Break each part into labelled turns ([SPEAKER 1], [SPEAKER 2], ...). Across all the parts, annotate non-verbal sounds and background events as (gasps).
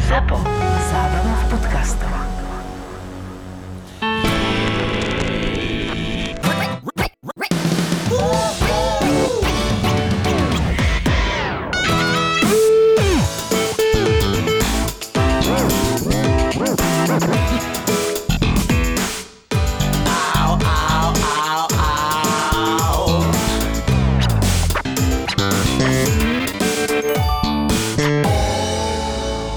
[SPEAKER 1] Zapo. Zábrná v podcastov.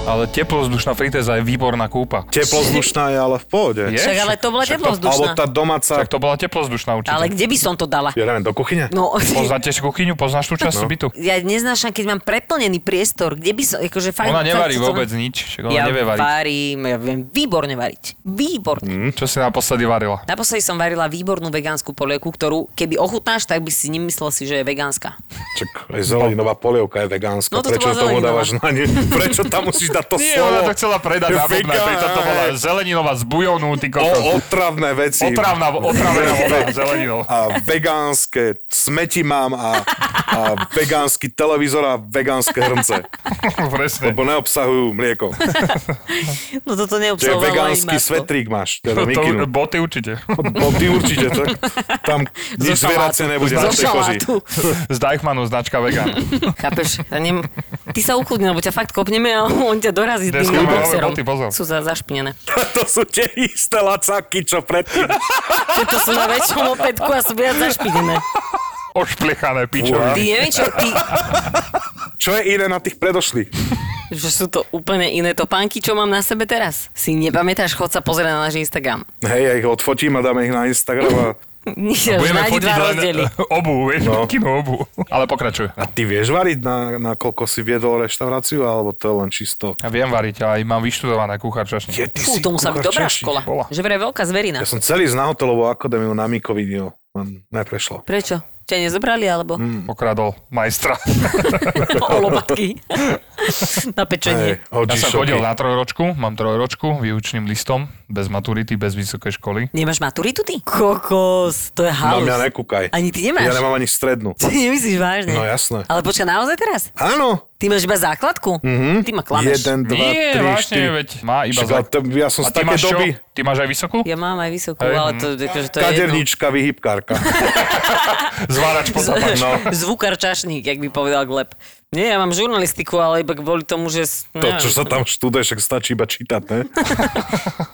[SPEAKER 2] Ale teplozdušná fritéza je výborná kúpa.
[SPEAKER 3] Teplozdušná je ale v pohode.
[SPEAKER 2] Je?
[SPEAKER 4] Však ale to bola
[SPEAKER 3] Však to- Alebo
[SPEAKER 4] teplozdušná.
[SPEAKER 3] tá domáca,
[SPEAKER 2] Tak to bola teplozdušná určite.
[SPEAKER 4] Ale kde by som to dala?
[SPEAKER 3] ja neviem, do kuchyne?
[SPEAKER 4] (laughs) No,
[SPEAKER 2] Poznáte si kuchyňu, poznáš tú časť
[SPEAKER 3] No.
[SPEAKER 2] bytu?
[SPEAKER 4] ja neznášam, keď mám preplnený priestor, kde by som, akože fakt...
[SPEAKER 2] Ona nevarí
[SPEAKER 4] fakt to-
[SPEAKER 2] vôbec nič, však ona
[SPEAKER 4] Ja
[SPEAKER 2] nevie variť.
[SPEAKER 4] varím, ja viem výborne variť. Výborne.
[SPEAKER 3] Mm.
[SPEAKER 2] Hm? Čo si naposledy varila?
[SPEAKER 4] Naposledy som varila výbornú vegánsku polievku, ktorú keby ochutnáš, tak by si nemyslel si, že je
[SPEAKER 3] (laughs)
[SPEAKER 4] vegánska.
[SPEAKER 3] Čak, aj zeleninová polievka je vegánska.
[SPEAKER 4] No, toto
[SPEAKER 3] Prečo
[SPEAKER 4] bola
[SPEAKER 3] tomu
[SPEAKER 4] zeleninová.
[SPEAKER 3] dávaš na
[SPEAKER 4] (laughs)
[SPEAKER 3] ne? Prečo tam musíš dať to
[SPEAKER 2] Nie,
[SPEAKER 3] slovo?
[SPEAKER 2] ona to chcela predať na
[SPEAKER 3] Vegán.
[SPEAKER 2] bubnaj, preto to bola zeleninová z bujonu, ty
[SPEAKER 3] O,
[SPEAKER 2] kokos.
[SPEAKER 3] otravné veci.
[SPEAKER 2] Otravná, otravná voda zeleninou.
[SPEAKER 3] A vegánske smeti mám a, a vegánsky televízor a vegánske hrnce.
[SPEAKER 2] (laughs) Presne.
[SPEAKER 3] Lebo neobsahujú
[SPEAKER 4] (laughs)
[SPEAKER 3] mlieko.
[SPEAKER 4] No toto
[SPEAKER 3] Čiže
[SPEAKER 4] neobsahovalo
[SPEAKER 3] vegánsky
[SPEAKER 4] ani maslo.
[SPEAKER 3] svetrík máš. Teda
[SPEAKER 4] (laughs)
[SPEAKER 2] To, to,
[SPEAKER 3] mikinu.
[SPEAKER 2] boty určite.
[SPEAKER 3] Bo ty určite, tak tam nič
[SPEAKER 4] šalátu.
[SPEAKER 3] zvieracie nebude na
[SPEAKER 4] Zo
[SPEAKER 3] tej koži.
[SPEAKER 4] šalátu.
[SPEAKER 2] Z Deichmannu značka (laughs) vegan.
[SPEAKER 4] (laughs) Chápeš? Ja nem... Ty sa uchudni, lebo ťa fakt kopneme a on ťa dorazí tým
[SPEAKER 2] Dneska máme
[SPEAKER 4] boxerom.
[SPEAKER 2] roboty, pozor.
[SPEAKER 4] Sú za, zašpinené.
[SPEAKER 3] (laughs) To sú tie isté lacáky, čo predtým.
[SPEAKER 4] Preto sú na väčšom opätku a sú viac zašpinené.
[SPEAKER 2] Ošplechané pičové.
[SPEAKER 4] Ty neviem, čo, ty,
[SPEAKER 3] Čo je iné na tých predošlých?
[SPEAKER 4] (laughs) že sú to úplne iné topánky, čo mám na sebe teraz. Si nepamätáš, chod sa pozrieť na náš Instagram. (laughs)
[SPEAKER 3] Hej, ja ich odfotím a dáme ich na Instagram a
[SPEAKER 4] Nič,
[SPEAKER 2] Budeme fotiť
[SPEAKER 4] nájdi dva
[SPEAKER 2] len eh,
[SPEAKER 4] rozdiely.
[SPEAKER 2] obu, vieš,
[SPEAKER 3] No.
[SPEAKER 2] kino obu. Ale pokračuj.
[SPEAKER 3] Ty vieš variť, na, na koľko si viedol reštauráciu, alebo to je len čisto...
[SPEAKER 2] Ja viem variť, ale aj mám vyštudované kuchárčašne.
[SPEAKER 3] ty
[SPEAKER 4] Fú, to musela byť
[SPEAKER 3] kuchár
[SPEAKER 4] dobrá
[SPEAKER 3] Čaši.
[SPEAKER 4] škola.
[SPEAKER 2] bola.
[SPEAKER 4] Že vraj veľká zverina.
[SPEAKER 3] Ja som celý z na hotelovú akadémiu na Mikovidinu, len neprešlo.
[SPEAKER 4] Prečo? Ťa nezobrali, alebo
[SPEAKER 2] Mm. Pokradol (laughs) majstra.
[SPEAKER 4] (laughs) o lopatky? na pečenie.
[SPEAKER 3] Hej,
[SPEAKER 2] Ja
[SPEAKER 3] hodí
[SPEAKER 2] som
[SPEAKER 3] šoky.
[SPEAKER 2] chodil na trojročku, mám trojročku, výučným listom, bez maturity, bez vysokej školy.
[SPEAKER 4] Nemáš maturitu ty? Kokos, to je
[SPEAKER 3] Na
[SPEAKER 4] (laughs) halus.
[SPEAKER 3] mňa nekúkaj.
[SPEAKER 4] Ani ty
[SPEAKER 3] Ja
[SPEAKER 4] nemáš?
[SPEAKER 3] nemám ani strednú.
[SPEAKER 4] Ty nemyslíš vážne?
[SPEAKER 3] No jasné.
[SPEAKER 4] Ale počkaj, naozaj teraz?
[SPEAKER 3] Áno.
[SPEAKER 4] Ty máš iba základku? Mm-hmm. Ty ma klameš.
[SPEAKER 3] Jeden, dva,
[SPEAKER 2] Nie,
[SPEAKER 3] tri,
[SPEAKER 2] vážne,
[SPEAKER 3] štyri.
[SPEAKER 2] veď má iba
[SPEAKER 3] Však, ale to- ja som
[SPEAKER 2] A
[SPEAKER 3] z
[SPEAKER 2] ty
[SPEAKER 3] také
[SPEAKER 2] máš
[SPEAKER 3] doby-
[SPEAKER 2] čo? Ty máš aj vysokú?
[SPEAKER 4] Ja mám aj vysokú,
[SPEAKER 2] Hej,
[SPEAKER 4] ale to, akože, to je jedno.
[SPEAKER 3] Kadernička,
[SPEAKER 4] (laughs)
[SPEAKER 3] vyhybkárka.
[SPEAKER 2] Zvárač po západe.
[SPEAKER 3] No.
[SPEAKER 4] Zvukár čašník, jak by povedal Gleb. Nie, ja mám žurnalistiku, ale iba kvôli tomu, že... s-
[SPEAKER 3] To,
[SPEAKER 4] neviem.
[SPEAKER 3] čo sa tam študuje, však stačí iba čítať, ne?
[SPEAKER 4] (laughs)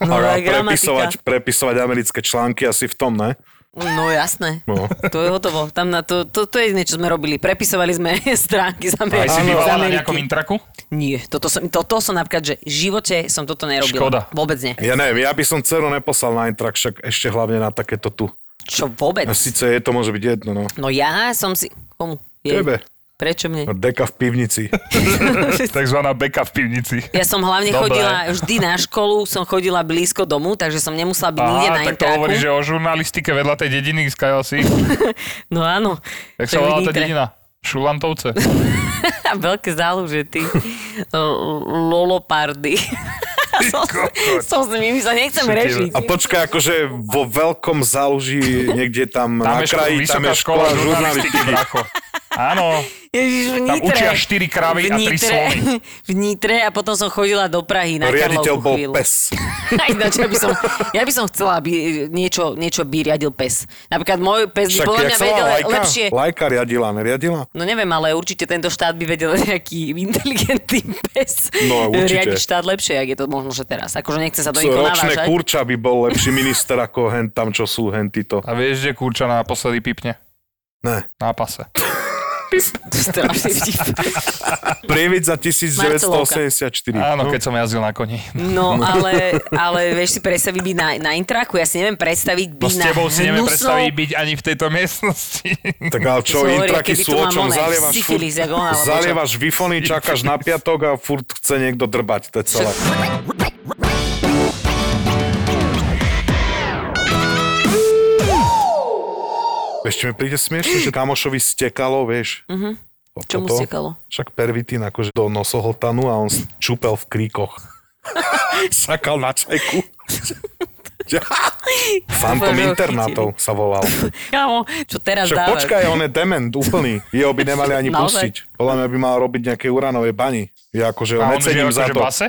[SPEAKER 4] No,
[SPEAKER 3] A
[SPEAKER 4] aj gramatika.
[SPEAKER 3] prepisovať, prepisovať americké články asi v tom, ne?
[SPEAKER 4] No jasné.
[SPEAKER 3] No.
[SPEAKER 4] To je hotovo. Tam na to, to, to je jediné, čo sme robili. Prepisovali sme (laughs) stránky z
[SPEAKER 2] Aj
[SPEAKER 4] Ameriky. (laughs)
[SPEAKER 2] si
[SPEAKER 4] z
[SPEAKER 2] bývala na
[SPEAKER 4] Ameriky.
[SPEAKER 2] nejakom intraku?
[SPEAKER 4] Nie, toto som, toto som napríklad, že v živote som toto nerobila.
[SPEAKER 2] Škoda.
[SPEAKER 4] Vôbec nie.
[SPEAKER 3] Ja neviem, ja by som dceru neposlal na intrak, však ešte hlavne na takéto tu.
[SPEAKER 4] Čo vôbec?
[SPEAKER 3] A síce je to môže byť jedno, no.
[SPEAKER 4] No ja som si... Komu? Jej.
[SPEAKER 3] Tebe.
[SPEAKER 4] Prečo mne?
[SPEAKER 3] Deka v pivnici.
[SPEAKER 2] Takzvaná beka v pivnici.
[SPEAKER 4] Ja som hlavne
[SPEAKER 2] Dobre.
[SPEAKER 4] chodila vždy na školu, som chodila blízko domu, takže som nemusela byť nikde
[SPEAKER 2] Á,
[SPEAKER 4] na
[SPEAKER 2] tak to
[SPEAKER 4] intráku.
[SPEAKER 2] hovorí, že o žurnalistike vedľa tej dediny z KLC.
[SPEAKER 4] No áno.
[SPEAKER 2] Jak
[SPEAKER 4] To
[SPEAKER 2] sa teda
[SPEAKER 4] je
[SPEAKER 2] volala
[SPEAKER 4] v
[SPEAKER 2] tá
[SPEAKER 4] Nitre.
[SPEAKER 2] dedina? Šulantovce.
[SPEAKER 4] A (laughs) veľké záluže,
[SPEAKER 3] (laughs)
[SPEAKER 4] ty. L- Lolopardy. (laughs) som,
[SPEAKER 2] kokot.
[SPEAKER 4] som s nimi sa nechcem
[SPEAKER 2] Čo ti-
[SPEAKER 4] rešiť.
[SPEAKER 3] A počkaj, akože vo veľkom záluží niekde tam,
[SPEAKER 2] Tam
[SPEAKER 3] na
[SPEAKER 2] je ško-
[SPEAKER 3] kraji, tam
[SPEAKER 2] vysoká
[SPEAKER 3] je škola žurnalistiky.
[SPEAKER 2] bracho. Áno,
[SPEAKER 4] Ježiš, v
[SPEAKER 2] Tam
[SPEAKER 4] Nitre.
[SPEAKER 2] učia štyri kravy
[SPEAKER 4] V
[SPEAKER 2] a tri
[SPEAKER 4] Nitre.
[SPEAKER 2] slony.
[SPEAKER 4] (laughs) V Nitre a potom som chodila do Prahy na
[SPEAKER 3] Riaditeľ
[SPEAKER 4] Karlovku
[SPEAKER 3] bol
[SPEAKER 4] chvíľu. (laughs)
[SPEAKER 3] pes.
[SPEAKER 4] Ináč, ja by, som, ja by som chcela, aby niečo, niečo by riadil pes. Napríklad môj pes by
[SPEAKER 3] Však,
[SPEAKER 4] podľa
[SPEAKER 3] jak
[SPEAKER 4] mňa
[SPEAKER 3] sa volá
[SPEAKER 4] vedel
[SPEAKER 3] lajka?
[SPEAKER 4] lepšie.
[SPEAKER 3] Lajka riadila, neriadila?
[SPEAKER 4] No neviem, ale určite tento štát by vedel (laughs) nejaký inteligentný pes
[SPEAKER 3] No, určite.
[SPEAKER 4] riadiť štát lepšie, jak je to možno, že teraz. Akože nechce sa do nikoho
[SPEAKER 3] Ročné
[SPEAKER 4] navážať.
[SPEAKER 3] kurča by bol lepší minister ako hen tam, čo sú hen títo.
[SPEAKER 2] A vieš, že kurča naposledy pipne?
[SPEAKER 3] Ne.
[SPEAKER 2] Na pase.
[SPEAKER 4] To je strašný vtip.
[SPEAKER 3] (laughs) Prievidza 1984.
[SPEAKER 2] Áno, keď som jazdil na koni.
[SPEAKER 4] No, ale, ale vieš si predstaviť byť na, na intraku, ja si neviem predstaviť
[SPEAKER 2] No
[SPEAKER 4] byť
[SPEAKER 2] s
[SPEAKER 4] na
[SPEAKER 2] tebou si neviem
[SPEAKER 4] hnusnou-
[SPEAKER 2] predstaviť byť ani v tejto miestnosti.
[SPEAKER 3] Tak ale čo,
[SPEAKER 4] Sorry,
[SPEAKER 3] intraky
[SPEAKER 4] keby
[SPEAKER 3] sú
[SPEAKER 4] tu
[SPEAKER 3] o
[SPEAKER 4] mám
[SPEAKER 3] čom?
[SPEAKER 4] oné,
[SPEAKER 3] Zalievaš,
[SPEAKER 4] syfilis, jak ona, alebo čo?
[SPEAKER 3] zalievaš vifony, čakáš na piatok a furt chce niekto drbať, to je celé. Ešte mi príde smiešne, že kamošovi stekalo, vieš. Mm-hmm.
[SPEAKER 4] Mhm. Čo mu stekalo?
[SPEAKER 3] Však pervitín akože do nosohltanu a on čupel v
[SPEAKER 4] (laughs)
[SPEAKER 3] kríkoch. Sakal na čajku. Ja. Fantom
[SPEAKER 4] Bože, ho
[SPEAKER 3] internátov sa volal.
[SPEAKER 4] Kámo, čo teraz
[SPEAKER 3] Však
[SPEAKER 4] dávaš?
[SPEAKER 3] počkaj, on je dement úplný. Jeho by
[SPEAKER 4] (laughs)
[SPEAKER 3] nemali ani
[SPEAKER 4] Naozaj?
[SPEAKER 3] pustiť. Podľa mňa by mal robiť nejaké uranové bani. Ja akože
[SPEAKER 2] A on
[SPEAKER 3] necením
[SPEAKER 2] žije
[SPEAKER 3] za
[SPEAKER 2] akože v
[SPEAKER 3] to.
[SPEAKER 2] base?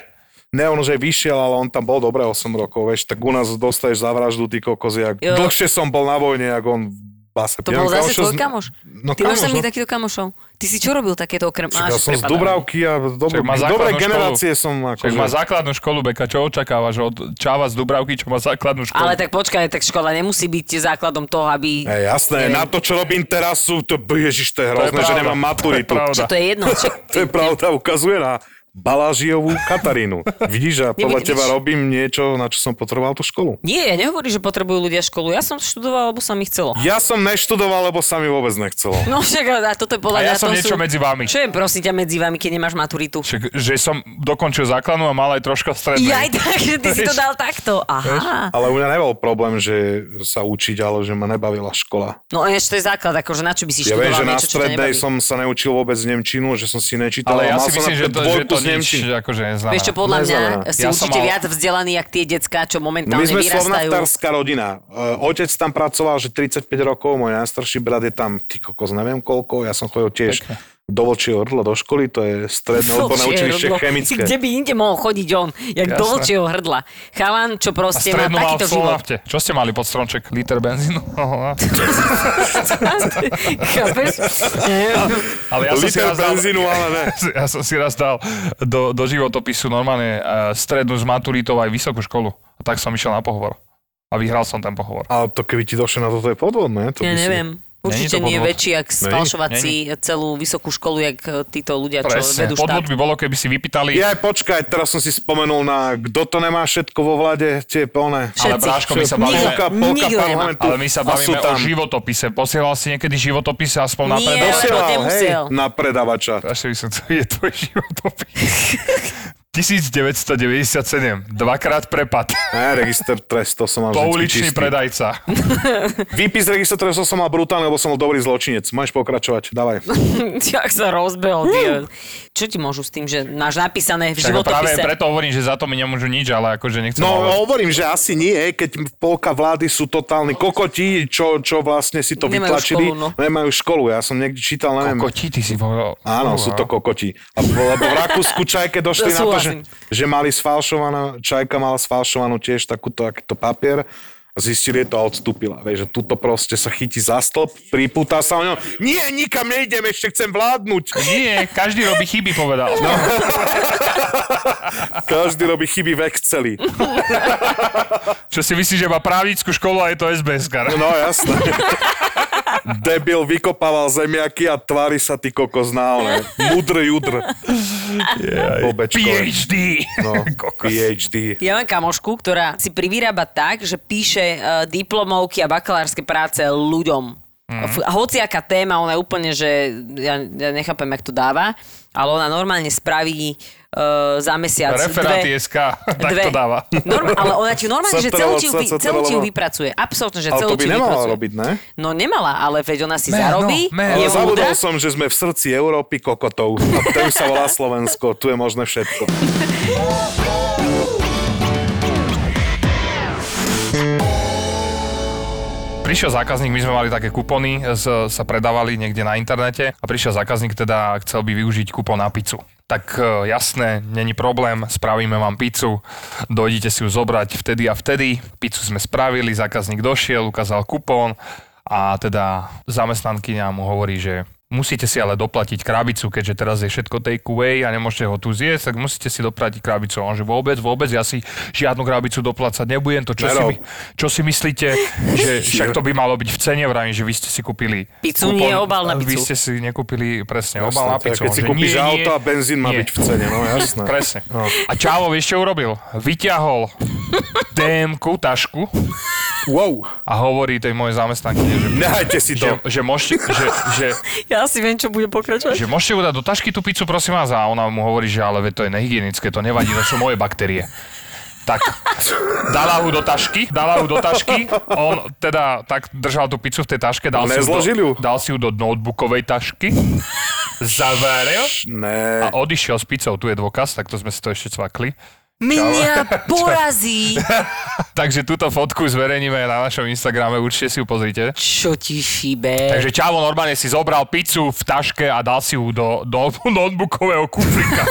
[SPEAKER 3] Ne, on že vyšiel, ale on tam bol dobre 8 rokov, vieš, tak u nás dostaneš za vraždu, ty kokos, jak...
[SPEAKER 4] Jo.
[SPEAKER 3] Dlhšie som bol na vojne, jak on v base.
[SPEAKER 4] To bol zase tvoj kamoš.
[SPEAKER 3] No
[SPEAKER 4] Ty
[SPEAKER 3] kamoš,
[SPEAKER 4] máš tam
[SPEAKER 3] no.
[SPEAKER 4] byť takýto kamošov. Ty si čo robil takéto okrem...
[SPEAKER 3] Však
[SPEAKER 4] Á,
[SPEAKER 3] ja
[SPEAKER 4] že
[SPEAKER 3] som z
[SPEAKER 4] prepadám.
[SPEAKER 3] Dubravky a dobre,
[SPEAKER 2] Však má
[SPEAKER 3] dobre
[SPEAKER 2] základnú
[SPEAKER 3] generácie som. akože- Ako,
[SPEAKER 2] Čiže má základnú školu, Beka, čo očakávaš od Čava z Dubravky, čo má základnú školu?
[SPEAKER 4] Ale tak počkaj, tak škola nemusí byť základom toho, aby...
[SPEAKER 3] Hej, jasné,
[SPEAKER 4] Neviem.
[SPEAKER 3] na to, čo robím teraz, sú, to, ježiš, to je hrozné,
[SPEAKER 2] pravda.
[SPEAKER 3] že nemám
[SPEAKER 2] To je
[SPEAKER 3] maturitu.
[SPEAKER 2] pravda.
[SPEAKER 4] Čo to je jedno? Čo,
[SPEAKER 3] To je pravda, ukazuje na Balažiovú Katarínu. Vidíš, a podľa
[SPEAKER 4] Nebudeš.
[SPEAKER 3] teba robím niečo, na čo som potreboval tú školu.
[SPEAKER 4] nie, ja nehovorím, že potrebujú ľudia školu. Ja som študoval, lebo sa mi chcelo.
[SPEAKER 3] Ja som neštudoval, lebo sa mi vôbec nechcelo.
[SPEAKER 4] No však, a toto je
[SPEAKER 2] A
[SPEAKER 4] podľa
[SPEAKER 2] ja
[SPEAKER 4] mňa,
[SPEAKER 2] som
[SPEAKER 4] to
[SPEAKER 2] niečo
[SPEAKER 4] sú...
[SPEAKER 2] medzi vami.
[SPEAKER 4] Čo je prosím ťa medzi vami, keď nemáš maturitu?
[SPEAKER 2] Však, že som dokončil základnú a mal aj troška strednej.
[SPEAKER 4] Jaj, takže ty si to dal takto. Aha.
[SPEAKER 3] Ale u mňa nebol problém, že sa učiť, ale že ma nebavila škola.
[SPEAKER 4] No a ešte to je základ, akože na čo by si
[SPEAKER 3] Ja
[SPEAKER 4] študoval
[SPEAKER 3] viem, že na
[SPEAKER 4] niečo, čo ťa
[SPEAKER 3] strednej
[SPEAKER 4] nebaví.
[SPEAKER 3] som sa neučil vôbec Nemčinu, že som si nečítal.
[SPEAKER 2] Ale ja
[SPEAKER 3] mal
[SPEAKER 2] si
[SPEAKER 3] som
[SPEAKER 2] myslím, že
[SPEAKER 3] napríklad
[SPEAKER 2] to, že
[SPEAKER 3] dvojku
[SPEAKER 2] to
[SPEAKER 3] z
[SPEAKER 2] nič
[SPEAKER 3] nemčiny.
[SPEAKER 2] akože neznamená.
[SPEAKER 4] Vieš čo, podľa mňa
[SPEAKER 3] Neznamená.
[SPEAKER 4] si
[SPEAKER 2] Ja som
[SPEAKER 4] určite
[SPEAKER 2] mal-
[SPEAKER 4] viac vzdelaný, jak tie decká,
[SPEAKER 3] No
[SPEAKER 4] čo
[SPEAKER 3] My
[SPEAKER 4] momentálne
[SPEAKER 3] sme
[SPEAKER 4] vyrastajú.
[SPEAKER 3] slovnaftárska rodina. E, Otec tam pracoval, že 35 rokov, môj najstarší brat je tam, ty kokos, neviem koľko, ja som chodil tiež do Vlčieho hrdla do školy, no, to je stredné odborné
[SPEAKER 4] Vlčie
[SPEAKER 3] učilište
[SPEAKER 4] hrdlo.
[SPEAKER 3] chemické.
[SPEAKER 4] Kde by inde mohol chodiť on, jak
[SPEAKER 2] Jasné.
[SPEAKER 4] do vlčieho hrdla. Chalan, čo
[SPEAKER 2] A
[SPEAKER 4] proste má
[SPEAKER 2] strednú mal
[SPEAKER 4] takýto
[SPEAKER 2] v
[SPEAKER 4] život.
[SPEAKER 2] Solnafte. Čo ste mali pod stromček? Liter benzínu?
[SPEAKER 4] (laughs)
[SPEAKER 2] (laughs) No,
[SPEAKER 4] Chápeš?
[SPEAKER 2] ale ja som si
[SPEAKER 3] Liter
[SPEAKER 2] raz dal,
[SPEAKER 3] benzínu, ale ne.
[SPEAKER 2] (laughs) ja som si raz dal do, do životopisu normálne eh, strednú s maturitou aj vysokú školu. A tak som išiel na pohovor. A vyhral som ten pohovor.
[SPEAKER 3] Ale to keby ti došlo na toto je podvodné. To
[SPEAKER 4] Ja
[SPEAKER 3] by si-
[SPEAKER 4] neviem.
[SPEAKER 2] to
[SPEAKER 4] Určite nie je
[SPEAKER 2] podvod.
[SPEAKER 4] väčší, jak sfalšovať si celú vysokú školu, jak eh, títo ľudia, čo
[SPEAKER 2] Presne.
[SPEAKER 4] vedú
[SPEAKER 2] Podvod
[SPEAKER 4] štát.
[SPEAKER 2] by bolo, keby si vypýtali,
[SPEAKER 3] Ja aj počkaj, teraz som si spomenul na kto to nemá všetko vo vlade, tie plné.
[SPEAKER 2] ale
[SPEAKER 4] Všetci.
[SPEAKER 2] Bráško, my sa
[SPEAKER 4] Nikto-
[SPEAKER 2] bavíme...
[SPEAKER 3] Polka, polka
[SPEAKER 4] nikto nemá.
[SPEAKER 3] parlamentu.
[SPEAKER 2] Ale my sa
[SPEAKER 3] A sú
[SPEAKER 2] bavíme o
[SPEAKER 3] tam.
[SPEAKER 2] životopise. Posielal si niekedy životopise aspoň na
[SPEAKER 4] Nie.
[SPEAKER 2] predaj?
[SPEAKER 3] Posielal,
[SPEAKER 4] Ale to
[SPEAKER 3] hej,
[SPEAKER 4] nemusel.
[SPEAKER 3] na predavača.
[SPEAKER 2] Ešte by som to je tvoj
[SPEAKER 3] (laughs)
[SPEAKER 2] životopis. 1997. Dvakrát prepad.
[SPEAKER 3] Ne, register trestov som mal vždycky
[SPEAKER 2] Pouličný
[SPEAKER 3] čistý.
[SPEAKER 2] predajca.
[SPEAKER 3] Výpis registra trestov som mal brutálny, lebo som bol dobrý zločinec. Máš pokračovať, dávaj.
[SPEAKER 4] (laughs) Jak sa rozbehol. ty. e, Čo ti môžu s tým, že máš napísané v
[SPEAKER 2] Tak práve
[SPEAKER 4] životopise?
[SPEAKER 2] preto hovorím, že za to mi nemôžu nič, ale akože nechcem...
[SPEAKER 3] No,
[SPEAKER 2] hovoriť.
[SPEAKER 3] hovorím, že asi nie, keď polka vlády sú totálni kokoti, čo, čo vlastne si to
[SPEAKER 4] Nemajú
[SPEAKER 3] vytlačili.
[SPEAKER 4] školu, no.
[SPEAKER 3] Nemajú školu, ja som niekde čítal, neviem.
[SPEAKER 2] Kokoti, ty si povedal.
[SPEAKER 3] Áno, sú to kokoti. A lebo v Rakúsku čajke
[SPEAKER 4] (laughs)
[SPEAKER 3] došli na
[SPEAKER 4] To
[SPEAKER 3] to, že,
[SPEAKER 4] súhlasím.
[SPEAKER 3] že mali sfalšovaná, čajka mala sfalšovanú tiež takúto, takýto papier a zistili to a odstúpila. Vieš, že tuto proste sa chytí za stĺp, priputá sa o ňom. Nie, nikam nejdem, ešte chcem vládnuť.
[SPEAKER 2] Nie, každý robí chyby, povedal. No.
[SPEAKER 3] Každý robí chyby v Exceli.
[SPEAKER 2] Čo si myslíš, že má právnickú školu a je to SBS, kar.
[SPEAKER 3] No
[SPEAKER 2] (laughs)
[SPEAKER 3] jasné. Debil vykopával zemiaky a tvári sa ty kokos na one. Mudr judr. Bobečko.
[SPEAKER 2] PhD.
[SPEAKER 3] No,
[SPEAKER 2] (laughs) Kokos.
[SPEAKER 3] PhD.
[SPEAKER 4] Ja mám kamošku, ktorá si privyrába tak, že píše uh, diplomovky a bakalárske práce ľuďom.
[SPEAKER 3] Mhm.
[SPEAKER 4] Mm. Hociaká téma, ona je úplne, že ja, ja nechápem, jak to dáva, ale ona normálne spraví uh, za mesiac
[SPEAKER 2] Referáty
[SPEAKER 3] (laughs)
[SPEAKER 4] dve,
[SPEAKER 2] SK, (laughs) tak to dáva.
[SPEAKER 4] Norm, ale ona ti normálne, že celú ti ju vy- celú ti ju
[SPEAKER 3] Satralo.
[SPEAKER 4] vypracuje. Absolutne, že
[SPEAKER 3] Ale
[SPEAKER 4] celú
[SPEAKER 3] to by
[SPEAKER 4] ti ju
[SPEAKER 3] nemala
[SPEAKER 4] vypracuje.
[SPEAKER 3] robiť, ne?
[SPEAKER 4] No nemala, ale veď ona si
[SPEAKER 2] Man,
[SPEAKER 4] zarobí,
[SPEAKER 2] no, man.
[SPEAKER 3] Ale
[SPEAKER 4] je múdra.
[SPEAKER 3] zabudol som, že sme v srdci Európy kokotov. A to už sa volá Slovensko. Tu je možné všetko.
[SPEAKER 2] Prišiel zákazník, my sme mali také kupóny, z, sa predávali niekde na internete a prišiel zákazník teda chcel by využiť kupón na pizzu. Tak e, jasné, není problém, spravíme vám pizzu, dojdite si ju zobrať vtedy a vtedy. Pizzu sme spravili, zákazník došiel, ukázal kupón a teda zamestnankyňa mu hovorí, že musíte si ale doplatiť krabicu, keďže teraz je všetko take away a nemôžete ho tu zjesť, tak musíte si doplatiť krabicu. A on že vôbec, vôbec, ja si žiadnu krabicu doplácať nebudem, to čo si,
[SPEAKER 3] Nerob.
[SPEAKER 2] mi, čo si myslíte, že E, však to by malo byť v cene, vrajím, že vy ste si kúpili...
[SPEAKER 4] Pizzu, nie obal na
[SPEAKER 2] Vy
[SPEAKER 4] pizzu.
[SPEAKER 2] ste si nekúpili presne obal na
[SPEAKER 3] to je,
[SPEAKER 2] pizzu.
[SPEAKER 3] keď
[SPEAKER 2] On,
[SPEAKER 3] si
[SPEAKER 2] že nie,
[SPEAKER 3] kúpiš
[SPEAKER 2] nie,
[SPEAKER 3] auto a benzín má
[SPEAKER 2] nie.
[SPEAKER 3] byť v cene, no jasné.
[SPEAKER 2] Presne. A Čavo, vieš čo urobil?
[SPEAKER 3] (laughs)
[SPEAKER 2] Vyťahol DM-ku, tašku
[SPEAKER 3] Wow.
[SPEAKER 2] a hovorí tej mojej zamestnanky, že,
[SPEAKER 3] Nehajte si
[SPEAKER 2] že,
[SPEAKER 3] to.
[SPEAKER 2] že, môžete, že, že,
[SPEAKER 4] Ja si viem, čo bude pokračovať.
[SPEAKER 2] že môžete udať do tašky tú pizzu, prosím vás. A ona mu hovorí, že ale veď to je nehygienické, to nevadí, to sú moje baktérie. Tak, dala ho do tašky, dala ho do tašky, on teda tak držal tú pizzu v tej taške, dal, si ju,
[SPEAKER 3] Nezložil ju?
[SPEAKER 2] do, dal si ju do notebookovej tašky, zaveril a
[SPEAKER 3] Ne.
[SPEAKER 2] odišiel s pizzou. Tu je dôkaz, tak to sme si to ešte cvakli.
[SPEAKER 4] Mňa porazí
[SPEAKER 2] Takže túto fotku zverejníme na našom Instagrame, určite si ju pozrite.
[SPEAKER 4] Čo ti šíbe?
[SPEAKER 2] Takže Čavo normálne si zobral pizzu v taške a dal si ju do, do (laughs) notebookového kufrika.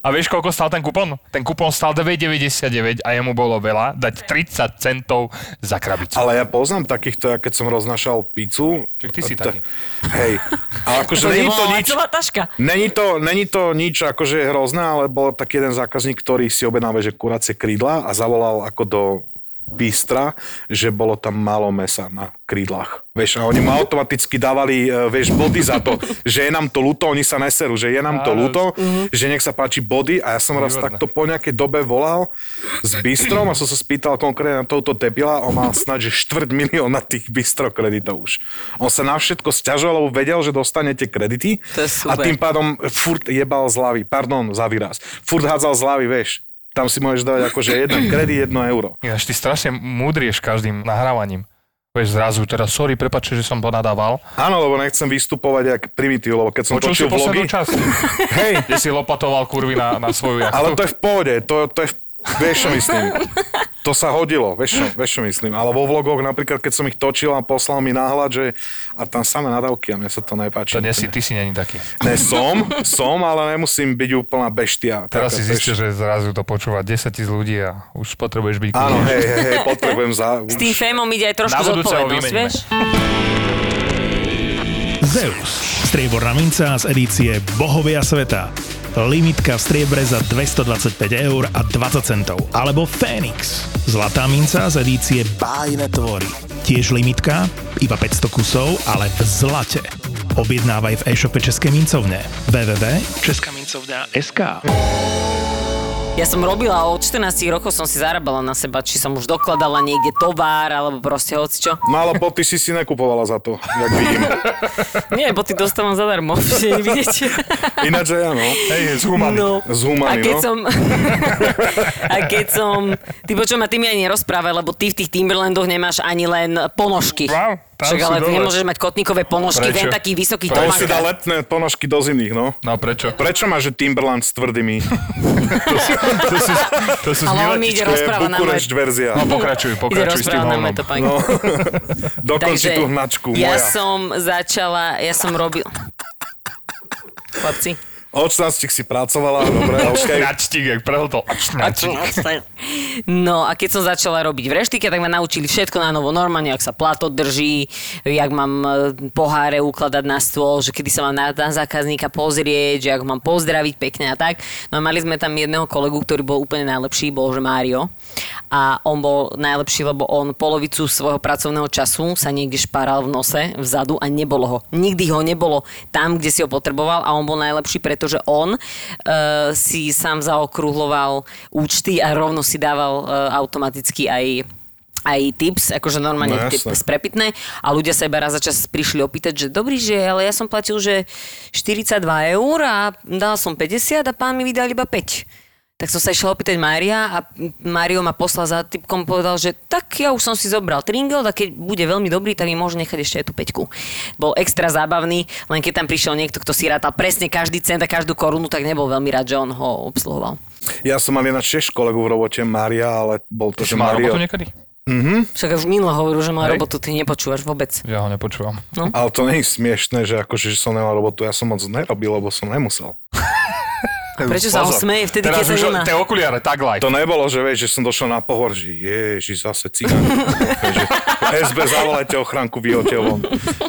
[SPEAKER 2] a vieš, koľko stál ten kupon? Ten kupon stál 2,99 a jemu bolo veľa dať 30 centov za krabicu.
[SPEAKER 3] Ale ja poznám takýchto, ja keď som roznašal pizzu.
[SPEAKER 2] Čak ty si
[SPEAKER 3] ta-
[SPEAKER 2] taký.
[SPEAKER 3] Hej, ale akože
[SPEAKER 4] To
[SPEAKER 3] není to
[SPEAKER 4] nebola
[SPEAKER 3] nič,
[SPEAKER 4] celá taška.
[SPEAKER 3] není to, není to nič akože hrozné, ale bol taký jeden zákazník, ktorý si objednal že kuracie krídla a zavolal ako do bistra, že bolo tam málo mesa na krídlach. Vieš, a
[SPEAKER 2] Mhm.
[SPEAKER 3] oni mu automaticky dávali, e, vieš, body za
[SPEAKER 2] (laughs)
[SPEAKER 3] to, že je nám to ľúto, oni sa neserú, že je nám
[SPEAKER 2] Áno.
[SPEAKER 3] to
[SPEAKER 2] mhm.
[SPEAKER 3] ľúto, že nech sa páči body a ja som raz
[SPEAKER 2] Výborné.
[SPEAKER 3] takto po nejakej dobe volal s bistrom a som sa spýtal konkrétne na tohoto debila, on mal snáď, že štvrt milióna tých bistro kreditov už. On sa na všetko stiažoval, lebo vedel, že dostanete kredity
[SPEAKER 4] To je
[SPEAKER 3] a
[SPEAKER 4] super.
[SPEAKER 3] tým pádom furt jebal z hlavy, pardon za výraz, furt hádzal z hlavy, vieš. Tam si môžeš dať akože
[SPEAKER 4] (clears throat)
[SPEAKER 3] jeden kredit, jedno euro.
[SPEAKER 2] Ináč ty strašne múdrieš každým nahrávaním. Vieš zrazu, teraz sorry, prepače, že som to nadával.
[SPEAKER 3] Áno, lebo nechcem vystupovať jak primitív, lebo keď som
[SPEAKER 2] Počul si
[SPEAKER 3] točil vlogy...
[SPEAKER 2] poslednú
[SPEAKER 3] (laughs)
[SPEAKER 2] časť,
[SPEAKER 3] Hej,
[SPEAKER 2] kde si lopatoval kurvy na, na svoju jachtu.
[SPEAKER 3] Ale to je v pohode, to, to je, v, vieš čo myslím. To sa hodilo, vieš čo, vieš čo myslím. Ale vo vlogoch napríklad, keď som ich točil a poslal mi náhľad, že a tam samé nadávky a mne sa to nepáči.
[SPEAKER 2] To nie si, ty si není taký.
[SPEAKER 3] Ne, som, som, ale nemusím byť úplná beštia.
[SPEAKER 2] Teraz
[SPEAKER 3] Taká
[SPEAKER 2] si
[SPEAKER 3] beš-
[SPEAKER 2] zistil, že zrazu to počúva 10 tisíc ľudí a už potrebuješ byť
[SPEAKER 3] Áno,
[SPEAKER 2] kľudný.
[SPEAKER 3] hej, hej, hej, potrebujem za...
[SPEAKER 4] S tým fémom ide aj trošku
[SPEAKER 2] Na budúce ho
[SPEAKER 4] zodpovednosť,
[SPEAKER 2] vymeníme.
[SPEAKER 4] vieš?
[SPEAKER 5] Zeus. Strieborná minca z edície Bohovia sveta. Limitka v striebre za 225 eur a 20 centov. Alebo Fénix. Zlatá minca z edície Bájne tvory. Tiež limitka, iba 500 kusov, ale v zlate. Objednávaj v e-shope Českej mincovne. www.českamincovňa.sk
[SPEAKER 4] Ja som robila, od 14 rokov som si zarábala na seba, či som už dokladala niekde tovar, alebo proste hocičo.
[SPEAKER 3] No ale po, ty si si nekupovala za to, jak vidím.
[SPEAKER 4] Nie, bo ty dostávam zadarmo, (laughs) že nevidíte.
[SPEAKER 3] Ináč aj áno.
[SPEAKER 2] Hej, z humany.
[SPEAKER 4] No.
[SPEAKER 3] Z humany,
[SPEAKER 4] a keď
[SPEAKER 3] no.
[SPEAKER 4] som... (laughs) a keď som... Ty počujem, a ty mi aj nerozprávaj, lebo ty v tých Timberlandoch nemáš ani len ponožky.
[SPEAKER 2] Wow, tam
[SPEAKER 4] Však
[SPEAKER 2] sú
[SPEAKER 4] ale ty
[SPEAKER 2] dole.
[SPEAKER 4] nemôžeš mať kotníkové ponožky,
[SPEAKER 2] Prečo?
[SPEAKER 4] ven taký vysoký
[SPEAKER 2] Prečo?
[SPEAKER 3] On si dá
[SPEAKER 4] tomahawk.
[SPEAKER 3] letné ponožky do zimných, no.
[SPEAKER 2] No a prečo?
[SPEAKER 3] Prečo máš že Timberland s
[SPEAKER 4] (laughs)
[SPEAKER 3] tvrdými?
[SPEAKER 2] To sú, to sú
[SPEAKER 4] Ale on mi ide
[SPEAKER 3] To je
[SPEAKER 4] rozprávať na moje...
[SPEAKER 3] Bukurešť verzia.
[SPEAKER 2] No pokračuj,
[SPEAKER 4] Ide
[SPEAKER 2] pokračuj s tým
[SPEAKER 4] rozprávať na moje
[SPEAKER 2] hovnom.
[SPEAKER 4] topánky.
[SPEAKER 3] No, dokonči tú hnačku,
[SPEAKER 4] ja
[SPEAKER 3] moja.
[SPEAKER 4] som začala, ja som robil... Chlapci.
[SPEAKER 3] Od 16 si
[SPEAKER 2] (laughs)
[SPEAKER 3] pracovala, dobre, okay.
[SPEAKER 2] Načtík, jak prehltol. Načtík.
[SPEAKER 4] No a keď som začala robiť v reštike, tak ma naučili všetko na novo normálne, jak sa plato drží, jak mám e, poháre ukladať na stôl, že kedy sa mám na, na zákazníka pozrieť, že ako mám pozdraviť pekne a tak. No a mali sme tam jedného kolegu, ktorý bol úplne najlepší, bol že Mário. A on bol najlepší, lebo on polovicu svojho pracovného času sa niekde šparal v nose vzadu a nebolo ho. Nikdy ho nebolo tam, kde si ho potreboval a on bol najlepší, pretože on uh, si sám zaokrúhloval účty a rovno si dával uh, automaticky aj aj tips, akože normálne
[SPEAKER 3] No,
[SPEAKER 4] no,
[SPEAKER 3] jasné.
[SPEAKER 4] tips prepitné a ľudia sa iba raz za čas prišli opýtať, že dobrý, že ale ja som platil, že 42 eur a dal som 50 a pán mi vydal iba 5. Tak som sa išla opýtať Mária a Mário ma poslal za typkom, povedal, že tak ja už som si zobral Tringel a keď bude veľmi dobrý, tak mi môže nechať ešte aj tú peťku. Bol extra zábavný, len keď tam prišiel niekto, kto si rátal presne každý cent a každú korunu, tak nebol veľmi rád, že on ho obsluhoval.
[SPEAKER 3] Ja som mal ináč tiež kolegu v robote Mária, ale bol to,
[SPEAKER 2] Ty
[SPEAKER 3] že
[SPEAKER 2] má robotu
[SPEAKER 3] Mário.
[SPEAKER 2] niekedy?
[SPEAKER 4] Však už minule hovoril, že má
[SPEAKER 2] Hej.
[SPEAKER 4] robotu, ty nepočúvaš vôbec.
[SPEAKER 2] Ja ho nepočúvam.
[SPEAKER 3] Ale to nie je smiešné, že akože že som nemal robotu, ja som moc nerobil, lebo som nemusel.
[SPEAKER 4] Prečo sa on smeje vtedy,
[SPEAKER 2] Teraz
[SPEAKER 4] keď
[SPEAKER 2] už
[SPEAKER 4] sa nemá?
[SPEAKER 2] tie okuliare, tak like.
[SPEAKER 3] To nebolo, že vieš, že som došiel na pohor, že ježi, zase cigán. Takže SB zavolajte ochranku, vyhoďte ho von.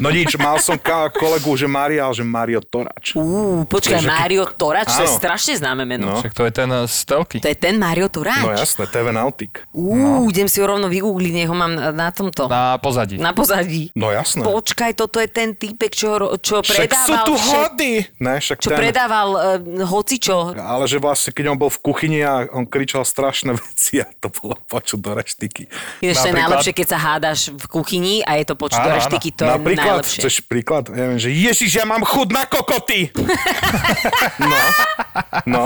[SPEAKER 3] No nič, mal som ka- kolegu, že Mária, ale že Mário Torač.
[SPEAKER 4] Uú,
[SPEAKER 3] Takže
[SPEAKER 4] počkaj,
[SPEAKER 3] keď-
[SPEAKER 4] Mário Torač, to je
[SPEAKER 3] Áno.
[SPEAKER 4] strašne známe meno.
[SPEAKER 3] No.
[SPEAKER 2] Však to je ten eh, z telky.
[SPEAKER 4] To je ten Mário
[SPEAKER 3] No
[SPEAKER 4] Torač.
[SPEAKER 3] jasné, TV Nautic.
[SPEAKER 4] Uú, idem si ho rovno vygoogliť, nech ho mám na- na tomto.
[SPEAKER 2] Na pozadí.
[SPEAKER 4] Na pozadí.
[SPEAKER 3] No jasné.
[SPEAKER 4] Počkaj, toto je ten týpek, čo, ho ro- čo
[SPEAKER 3] Však
[SPEAKER 4] predával...
[SPEAKER 3] sú tu
[SPEAKER 4] všet-
[SPEAKER 3] hody. Ne, však
[SPEAKER 4] Čo
[SPEAKER 3] ten,
[SPEAKER 4] predával uh, hocičo.
[SPEAKER 3] Ale že vlastne, keď on bol v kuchyni a on kričal strašné (laughs) veci a to bolo počuť do reštiky.
[SPEAKER 4] Vieš, to je
[SPEAKER 2] Napríklad-
[SPEAKER 4] najlepšie, keď sa hádaš v kuchyni a je to počuť do
[SPEAKER 2] Áno, áno.
[SPEAKER 4] reštiky, to je
[SPEAKER 3] Napríklad,
[SPEAKER 4] najlepšie.
[SPEAKER 3] chceš príklad? Ja viem, že
[SPEAKER 4] (laughs)
[SPEAKER 3] Ježiš, ja mám chud na kokoty! no, no.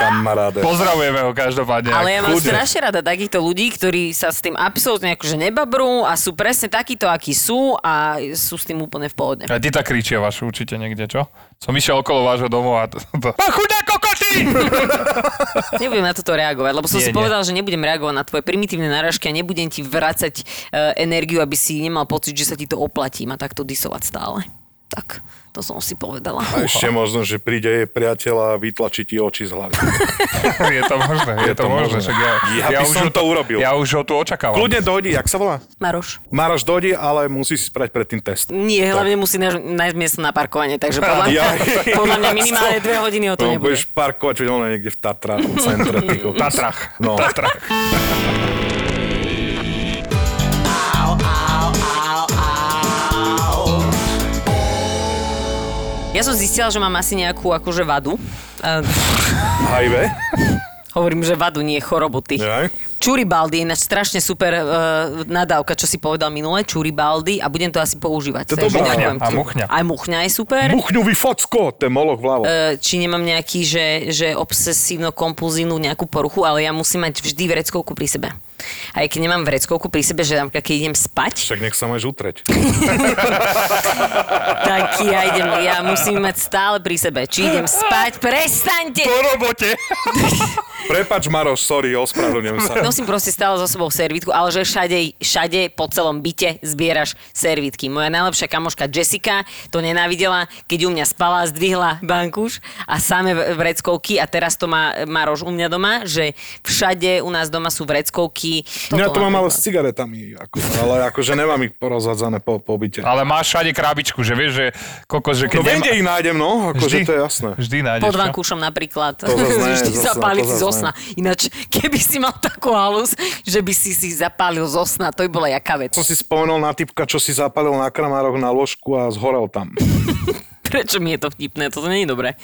[SPEAKER 3] kamaráde.
[SPEAKER 2] Pozdravujeme ho každopádne.
[SPEAKER 4] Ale ja mám
[SPEAKER 3] Chude.
[SPEAKER 4] strašne rada takýchto ľudí, ktorí sa s tým absolútne akože nebabrú a sú presne takíto, akí sú a sú s tým úplne v pohode.
[SPEAKER 2] A ty tak kričia vaš určite niekde, čo? Som išiel okolo vášho domu a... To, to... Pán chudá kokoty!
[SPEAKER 4] Nebudem na toto reagovať, lebo som
[SPEAKER 2] Nie,
[SPEAKER 4] si
[SPEAKER 2] nie.
[SPEAKER 4] povedal, že nebudem reagovať na tvoje primitívne náražky a nebudem ti vracať e, energiu, aby si nemal pocit, že sa ti to oplatí ma takto disovať stále. Tak, to som si povedala.
[SPEAKER 3] A ešte možno, že príde jej priateľ a vytlačí ti oči z hlavy.
[SPEAKER 2] (laughs) je to možné, je, to možné. Však ja,
[SPEAKER 3] Ja by som
[SPEAKER 2] ho
[SPEAKER 3] to urobil.
[SPEAKER 2] Ja už ho tu očakávam.
[SPEAKER 3] Kľudne dojdi, jak sa volá?
[SPEAKER 4] Maroš.
[SPEAKER 3] Maroš dojdi, ale musí si spraviť predtým test.
[SPEAKER 4] Nie, hlavne musí náš- nájsť miesto na parkovanie, takže Mm, podľa mňa,
[SPEAKER 3] Ja-
[SPEAKER 4] (laughs) podľa mňa minimálne dve hodiny o to
[SPEAKER 3] No,
[SPEAKER 4] nebude.
[SPEAKER 3] budeš parkovať len niekde v Tatranom
[SPEAKER 4] (laughs)
[SPEAKER 3] centre. ty kokos.
[SPEAKER 2] Tatrach.
[SPEAKER 3] No.
[SPEAKER 2] Tatrach.
[SPEAKER 4] Ja som zistila, že mám asi nejakú akože vadu. E,
[SPEAKER 3] HIV?
[SPEAKER 4] Hovorím, že vadu, nie chorobu ty.
[SPEAKER 3] Jaj.
[SPEAKER 4] Čuribaldi je ináč strašne super uh, nadávka, čo si povedal minule, Čuribaldi a budem to asi používať.
[SPEAKER 3] To je dobrá.
[SPEAKER 4] Ďakujem
[SPEAKER 2] A
[SPEAKER 4] ti.
[SPEAKER 2] muchňa.
[SPEAKER 4] Aj muchňa je super.
[SPEAKER 3] Buchňový focko, ten moloch vľavo.
[SPEAKER 4] Eh, či nemám nejaký, že, že obsesívno-kompulzívnu nejakú poruchu, ale ja musím mať vždy vreckovku pri sebe. Aj keď nemám vreckovku pri sebe, že napríklad keď idem spať,
[SPEAKER 3] Však nech sa môžeš utreť.
[SPEAKER 4] tak ja idem, ja musím mať stále pri sebe. Či idem spať, prestaňte!
[SPEAKER 2] Po robote.
[SPEAKER 3] Prepač Maroš, sorry, ospravedlňujem sa.
[SPEAKER 4] Nosím proste stále so sebou servitku, ale že všade, všade po celom byte zbieraš servitky. Moja najlepšia kamoška Jessica to nenávidela, keď u mňa spala, zdvihla bankuš a same v- vreckovky a teraz to má Maroš u mňa doma, že všade u nás doma sú vreckovky.
[SPEAKER 3] Ja to
[SPEAKER 4] Toto
[SPEAKER 3] mám ale
[SPEAKER 4] napríklad.
[SPEAKER 3] s cigaretami, ako, ale akože nemám ich porozhadzané po, po byte.
[SPEAKER 2] Ale máš všade krabičku, že vieš, že kokos, že keď
[SPEAKER 3] No viem, kde ich nájdem, no, akože to je jasné.
[SPEAKER 2] Vždy nájdeš. čo?
[SPEAKER 4] Pod vankúšom napríklad.
[SPEAKER 3] To
[SPEAKER 4] (laughs)
[SPEAKER 3] zas ne,
[SPEAKER 4] Vždy
[SPEAKER 3] zas-
[SPEAKER 4] zapáliť
[SPEAKER 3] to
[SPEAKER 4] si
[SPEAKER 3] zas
[SPEAKER 4] zo
[SPEAKER 3] ne.
[SPEAKER 4] sna. Ináč, keby si mal takú halus, že by si si zapálil zo sna, to by bola jaká vec.
[SPEAKER 3] Som si spomenul na typka, čo si zapalil na kramároch na ložku a zhorel tam.
[SPEAKER 4] Prečo mi je to vtipné? Toto nie je dobré.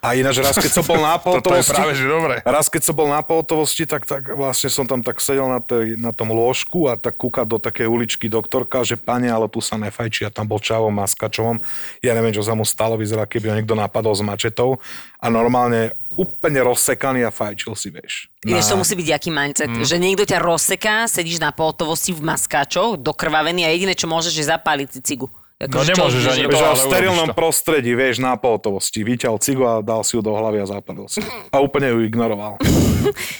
[SPEAKER 3] A ináč raz, keď som bol
[SPEAKER 2] (laughs)
[SPEAKER 3] na
[SPEAKER 2] Toto je
[SPEAKER 3] pohotovosti,
[SPEAKER 2] práve, že dobre.
[SPEAKER 3] raz, keď som bol na pohotovosti, tak, tak vlastne som tam tak sedel na, tej, na tom lôžku a tak kúka do takej uličky doktorka, že pane, ale tu sa nefajčí a tam bol Čavo Maskačovom. Ja neviem, čo sa mu stalo, vyzerá, keby ho niekto napadol s mačetou a normálne úplne rozsekaný a fajčil si, vieš.
[SPEAKER 2] No.
[SPEAKER 4] Ináč to musí byť jaký mindset,
[SPEAKER 2] Mhm.
[SPEAKER 4] mm. že niekto ťa rozseká, sedíš na pohotovosti v maskáčoch, dokrvavený a jediné, čo môžeš, je zapáliť si cigu. Ako,
[SPEAKER 2] No
[SPEAKER 4] že čo
[SPEAKER 2] nemôžeš
[SPEAKER 4] ideš
[SPEAKER 2] ani To,
[SPEAKER 3] Vieš,
[SPEAKER 4] robiť?
[SPEAKER 2] ale
[SPEAKER 3] ale v sterilnom
[SPEAKER 2] urobíš to.
[SPEAKER 3] prostredí, vieš, na pohotovosti. Vyťal cigu a dal si ju do hlavy a zapadol si. A úplne ju ignoroval.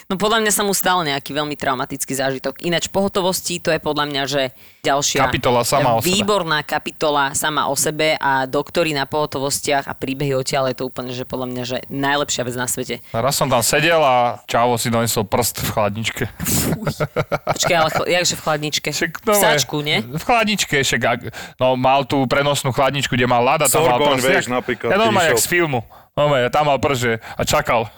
[SPEAKER 4] No podľa mňa sa mu stal nejaký veľmi traumatický zážitok. Ináč pohotovosti to je podľa mňa, že ďalšia
[SPEAKER 2] Kapitola sama o sebe.
[SPEAKER 4] výborná kapitola sama o sebe a doktory na pohotovostiach a príbehy odtiaľ je to úplne, že podľa mňa, že najlepšia vec na svete.
[SPEAKER 2] Raz som tam sedel a čavo si donesol prst v chladničke. (laughs)
[SPEAKER 4] Počkaj, ale chl- jakže v chladničke?
[SPEAKER 2] Však,
[SPEAKER 4] v
[SPEAKER 2] no,
[SPEAKER 4] sáčku, nie? (laughs)
[SPEAKER 2] V chladničke, však, ak- no mal tú prenosnú chladničku, kde mal ľad a tam mal
[SPEAKER 3] Sorgon,
[SPEAKER 2] prst.
[SPEAKER 3] vieš,
[SPEAKER 2] jak-
[SPEAKER 3] napríklad,
[SPEAKER 2] Ja
[SPEAKER 3] keď
[SPEAKER 2] normálne, jak
[SPEAKER 3] išiel-
[SPEAKER 2] z filmu. Normálne, tam mal prst, že, a čakal. (laughs)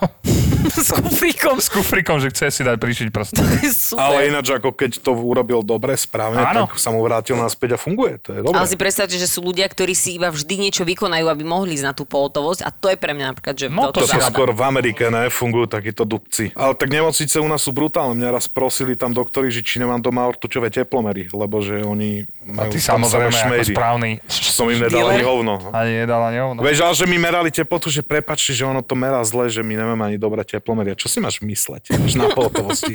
[SPEAKER 4] S kufríkom.
[SPEAKER 2] S kufrikom, že chce si dať prišiť prst.
[SPEAKER 4] Super.
[SPEAKER 3] Ale ináč, ako keď to urobil dobre, správne,
[SPEAKER 2] Áno.
[SPEAKER 3] tak sa mu vrátil naspäť a funguje. To je dobre.
[SPEAKER 4] Ale si predstavte, že sú ľudia, ktorí si iba vždy niečo vykonajú, aby mohli ísť na tú pohotovosť a to je pre mňa napríklad, že
[SPEAKER 2] No,
[SPEAKER 4] veľká
[SPEAKER 2] to
[SPEAKER 3] To
[SPEAKER 2] sa
[SPEAKER 4] zábava.
[SPEAKER 2] dá.
[SPEAKER 3] skôr v Amerike, ne? Fungujú takíto dubci. Ale tak nemocnice u nás sú brutálne. Mňa raz prosili tam doktori, že či nemám doma ortučové teplomery, lebo že oni
[SPEAKER 2] A
[SPEAKER 3] majú
[SPEAKER 2] ty
[SPEAKER 3] tam samé
[SPEAKER 2] samozrejme, ako
[SPEAKER 3] šmejdy.
[SPEAKER 2] správny.
[SPEAKER 3] Som im nedal ani
[SPEAKER 4] Dealer.
[SPEAKER 3] hovno.
[SPEAKER 2] Ani nedala neho.
[SPEAKER 3] No. Vieš, ale že mi merali teplotu, že prepačte, že ono to merá zle, že my nemáme ani dobré teplomery. A čo si máš mysleť? Až na
[SPEAKER 4] (laughs)
[SPEAKER 3] pohotovosti.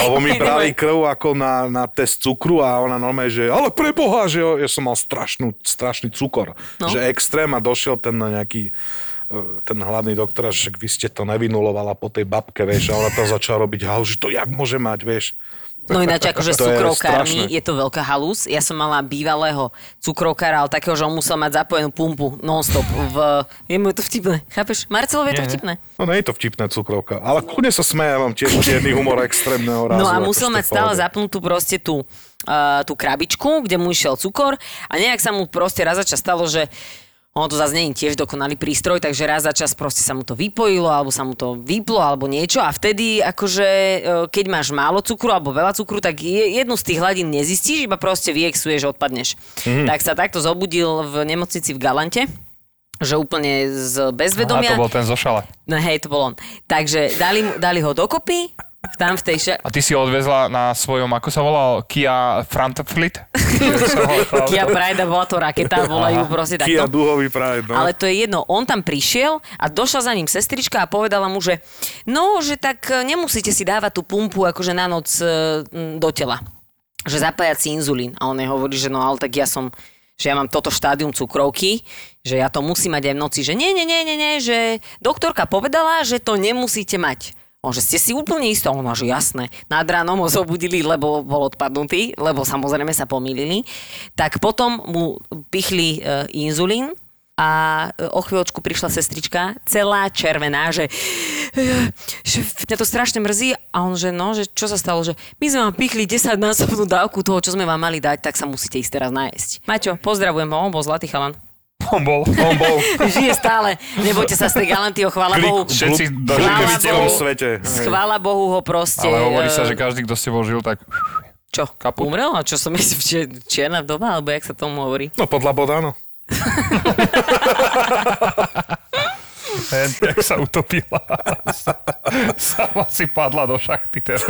[SPEAKER 3] Alebo mi brali krv ako na, na test cukru a ona normálne, že ale preboha, že jo, ja som mal strašnú, strašný cukor.
[SPEAKER 4] No.
[SPEAKER 3] No. Že extrém a došiel ten nejaký e, ten hlavný doktor, že však vy ste to nevynulovala po tej babke, vieš, a ona tam začala robiť halu, že to jak môže mať, vieš.
[SPEAKER 4] No ináč akože
[SPEAKER 3] (laughs)
[SPEAKER 4] s
[SPEAKER 3] To je
[SPEAKER 4] cukrovkármi
[SPEAKER 3] strašné.
[SPEAKER 4] je, to veľká halus. Ja som mala bývalého cukrovkára, ale takého, že on musel mať zapojenú pumpu non-stop. V... Je mu to vtipné. Chápeš? Marcelovi je to
[SPEAKER 2] Nie, nie.
[SPEAKER 4] vtipné.
[SPEAKER 3] No nie je to vtipná cukrovka, ale kľudne sa smeje, ja mám tiež čierny humor extrémneho rázu.
[SPEAKER 4] No a
[SPEAKER 3] akože
[SPEAKER 4] musel
[SPEAKER 3] to je
[SPEAKER 4] mať
[SPEAKER 3] v
[SPEAKER 4] stále
[SPEAKER 3] pohode.
[SPEAKER 4] zapnutú proste tú, uh, tú krabičku, kde mu išiel cukor a nejak sa mu proste raz za čas stalo, že ono to zase nie je tiež dokonalý prístroj, takže raz za čas proste sa mu to vypojilo, alebo sa mu to vyplo, alebo niečo. A vtedy, akože, e, keď máš málo cukru alebo veľa cukru, tak je- jednu z tých hladín nezistíš, iba proste vyexuješ, odpadneš. Tak sa takto zobudil v nemocnici v Galante, že úplne
[SPEAKER 2] A
[SPEAKER 4] z bezvedomia.
[SPEAKER 2] to bol ten zo šale.
[SPEAKER 4] No hej, to bol on. Takže dali, mu, dali ho dokopy, Tam v tej ša...
[SPEAKER 2] A ty si ho odvezla na svojom, ako sa volal, Kia
[SPEAKER 4] (laughs)
[SPEAKER 2] Frontflit?
[SPEAKER 4] Kia Pride, bola to raketa, volajú proste
[SPEAKER 3] Kia
[SPEAKER 4] takto.
[SPEAKER 3] duhový pride, no.
[SPEAKER 4] Ale to je jedno, on tam prišiel a došla za ním sestrička a povedala mu, že no, že tak e, nemusíte si dávať tú pumpu akože na noc e, m, do tela. Že zapájať si inzulín. A on jej hovorí, že no ale tak ja som že ja mám toto štádium cukrovky, že ja to musím mať aj v noci, že nie, nie, nie, nie, nie, že doktorka povedala, že to nemusíte mať. On, že ste si úplne istá, ona, že jasné. Nad ránom ho zobudili, lebo bol odpadnutý, lebo samozrejme sa pomýlili. Tak potom mu pichli e, inzulín, a e, o chvíľočku prišla sestrička, celá červená, že, e, že mňa to strašne mrzí a on, že no, že čo sa stalo, že my sme vám pichli 10 násobnú dávku toho, čo sme vám mali dať, tak sa musíte ísť teraz nájsť. Maťo, pozdravujem ho, on bol zlatý chalan.
[SPEAKER 2] on bol, on bol.
[SPEAKER 4] Žije stále, nebojte sa z tej galantyho, chvála
[SPEAKER 2] Klik,
[SPEAKER 4] Bohu.
[SPEAKER 2] všetci do
[SPEAKER 4] Chvála
[SPEAKER 3] v celom
[SPEAKER 4] Bohu,
[SPEAKER 3] svete.
[SPEAKER 4] chvála Bohu ho proste...
[SPEAKER 2] Ale hovorí sa,
[SPEAKER 4] e,
[SPEAKER 2] že každý, kto s tebou žil, tak...
[SPEAKER 4] Čo?
[SPEAKER 2] kaput.
[SPEAKER 4] Umrel? A čo som myslím, že čierna doba, alebo jak sa tomu hovorí?
[SPEAKER 3] No podľa boda, áno.
[SPEAKER 2] Ne, jak sa utopila. Sama si padla do šachty teraz.